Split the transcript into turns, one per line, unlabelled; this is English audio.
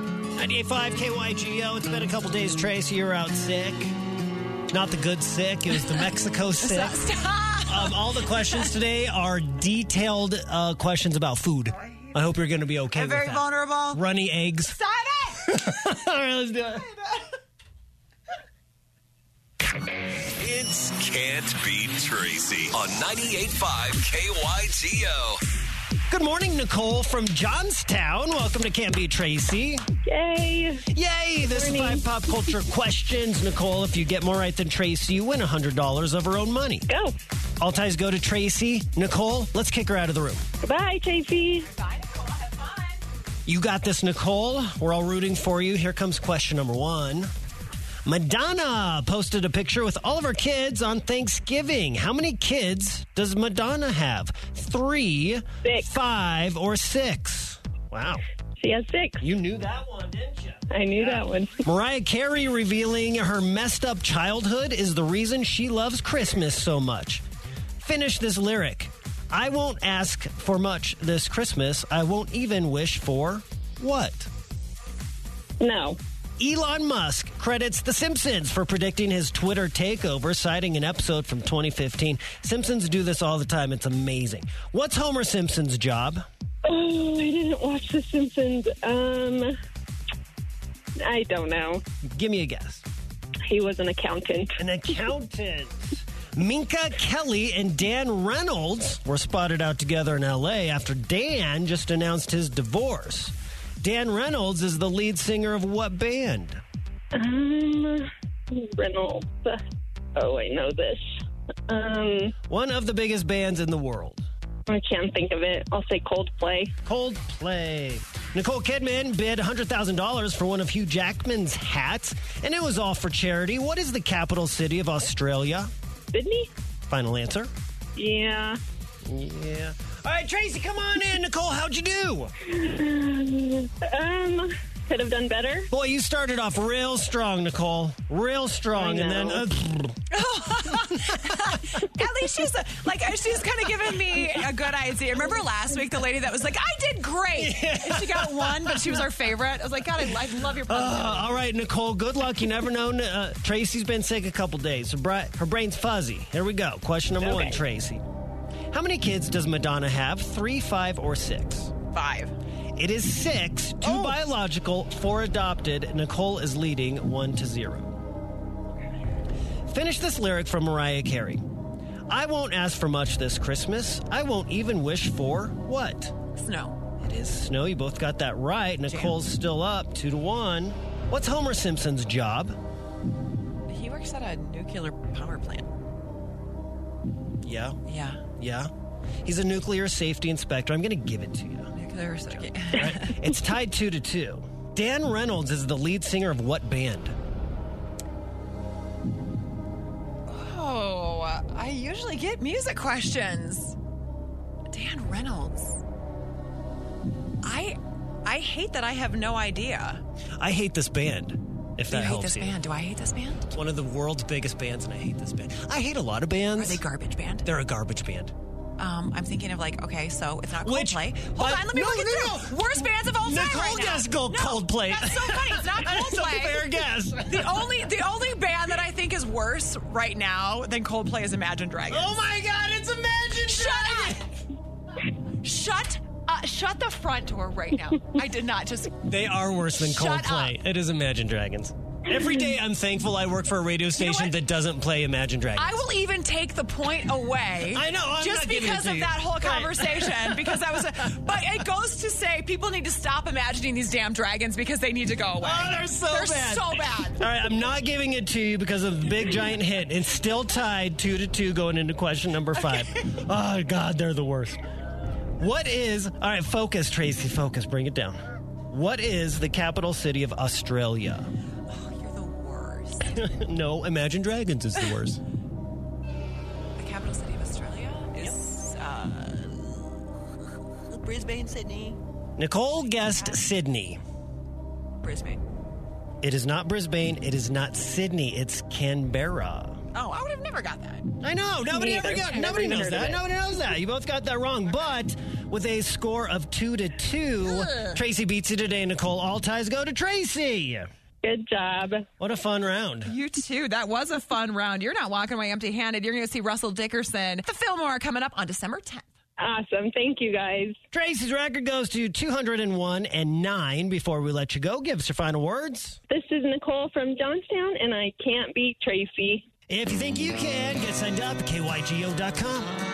98.5 KYGO. It's been a couple days, Trace. You're out sick. Not the good sick. It was the Mexico sick.
Stop.
Um, all the questions today are detailed uh, questions about food. I hope you're going to be okay
I'm
with
very
that.
vulnerable.
Runny eggs.
Stop it!
all right, let's do it.
It's Can't Beat Tracy on 98.5 KYTO.
Good morning, Nicole from Johnstown. Welcome to Can't Be Tracy.
Yay.
Yay! There's five pop culture questions. Nicole, if you get more right than Tracy, you win $100 of her own money.
Go.
All ties go to Tracy. Nicole, let's kick her out of the room.
Goodbye, Tracy.
You got this, Nicole. We're all rooting for you. Here comes question number one. Madonna posted a picture with all of her kids on Thanksgiving. How many kids does Madonna have? Three,
Six.
five, or six? Wow.
She has six.
You knew that one, didn't you?
I knew that one.
Mariah Carey revealing her messed up childhood is the reason she loves Christmas so much. Finish this lyric I won't ask for much this Christmas. I won't even wish for what?
No.
Elon Musk credits The Simpsons for predicting his Twitter takeover, citing an episode from 2015. Simpsons do this all the time. It's amazing. What's Homer Simpson's job?
Oh, I didn't watch The Simpsons. Um, I don't know.
Give me a guess.
He was an accountant.
an accountant. Minka Kelly and Dan Reynolds were spotted out together in LA after Dan just announced his divorce. Dan Reynolds is the lead singer of what band?
Um, Reynolds. Oh, I know this. Um,
One of the biggest bands in the world.
I can't think of it. I'll say Coldplay.
Coldplay. Nicole Kidman bid $100,000 for one of Hugh Jackman's hats, and it was all for charity. What is the capital city of Australia?
Sydney?
Final answer.
Yeah.
Yeah. All right, Tracy, come on in. Nicole, how'd you do?
Um, could have done better.
Boy, you started off real strong, Nicole. Real strong,
I
and then
know.
uh,
At least she's like uh, she's kind of giving me a good idea. Remember last week, the lady that was like, "I did great," and she got one, but she was our favorite. I was like, "God, I, I love your."
uh, all right, Nicole. Good luck. You never know. Uh, Tracy's been sick a couple days. Her, bri- her brain's fuzzy. Here we go. Question number one,
Okay.
Tracy. How many kids does Madonna have? Three, five, or six?
Five.
It is six. Two biological, four adopted. Nicole is leading one to zero. Finish this lyric from Mariah Carey. I won't ask for much this Christmas. I won't even wish for what?
Snow.
It is snow. You both got that right. Nicole's still up, two to one. What's Homer Simpson's job?
He works at a nuclear power plant.
Yeah,
Yeah.
yeah. He's a nuclear safety inspector. I'm going to give it to you.
Nuclear.
It's tied two to two. Dan Reynolds is the lead singer of what band?
Oh, I usually get music questions. Dan Reynolds. I I hate that I have no idea.
I hate this band. If
Do
that
you hate
helps
this
you.
band? Do I hate this band?
One of the world's biggest bands, and I hate this band. I hate a lot of bands.
Are they garbage band?
They're a garbage band.
Um, I'm thinking of like, okay, so it's not
Which-
Coldplay. Hold
but-
on, let me
no,
look it
no,
through.
no.
Worst bands of all time
Nicole
right now.
does go
No,
Coldplay.
That's so funny. It's not
That's a fair
Coldplay.
guess.
The only the only band that I think is worse right now than Coldplay is Imagine Dragons.
Oh my God! It's Imagine.
Shut up! Shut uh, shut the front door right now. I did not just
They are worse than
Shut
Coldplay. It is Imagine Dragons. Every day I'm thankful I work for a radio station
what?
that doesn't play Imagine Dragons.
I will even take the point away.
I know, I'm
just
not giving it
because
to
of
you.
that whole
Right.
conversation, because that was. A, but it goes to say people need to stop imagining these damn dragons because they need to go away.
Oh, they're so
they're
bad.
so bad.
All right, I'm not giving it to you because of the big giant hit. It's still tied two to two going into question number five. Oh God, they're the worst. What is all right? Focus, Tracy. Focus. Bring it down. What is the capital city of Australia?
You're the worst.
no, Imagine Dragons is the worst.
The capital city of Australia is uh, Brisbane, Sydney,
Nicole guessed Sydney.
Brisbane.
It is not Brisbane. It is not Sydney. It's Canberra.
Oh, I would have never got that.
I know. Nobody
Me
ever
either.
got,
Never
nobody
even
knows
heard of
that.
it.
Nobody knows that. You both got that wrong. But with a score of two to two. Tracy beats you today, Nicole. All ties go to Tracy.
Good job.
What a fun round.
You too. That was a fun round. You're not walking away empty handed. You're going to see Russell Dickerson, at the Fillmore, coming up on December 10th.
Awesome. Thank you, guys.
Tracy's record goes to 201 and 9. Before we let you go, give us your final words.
This is Nicole from Johnstown, and I can't beat Tracy.
If you think you can, get signed up at kygo.com.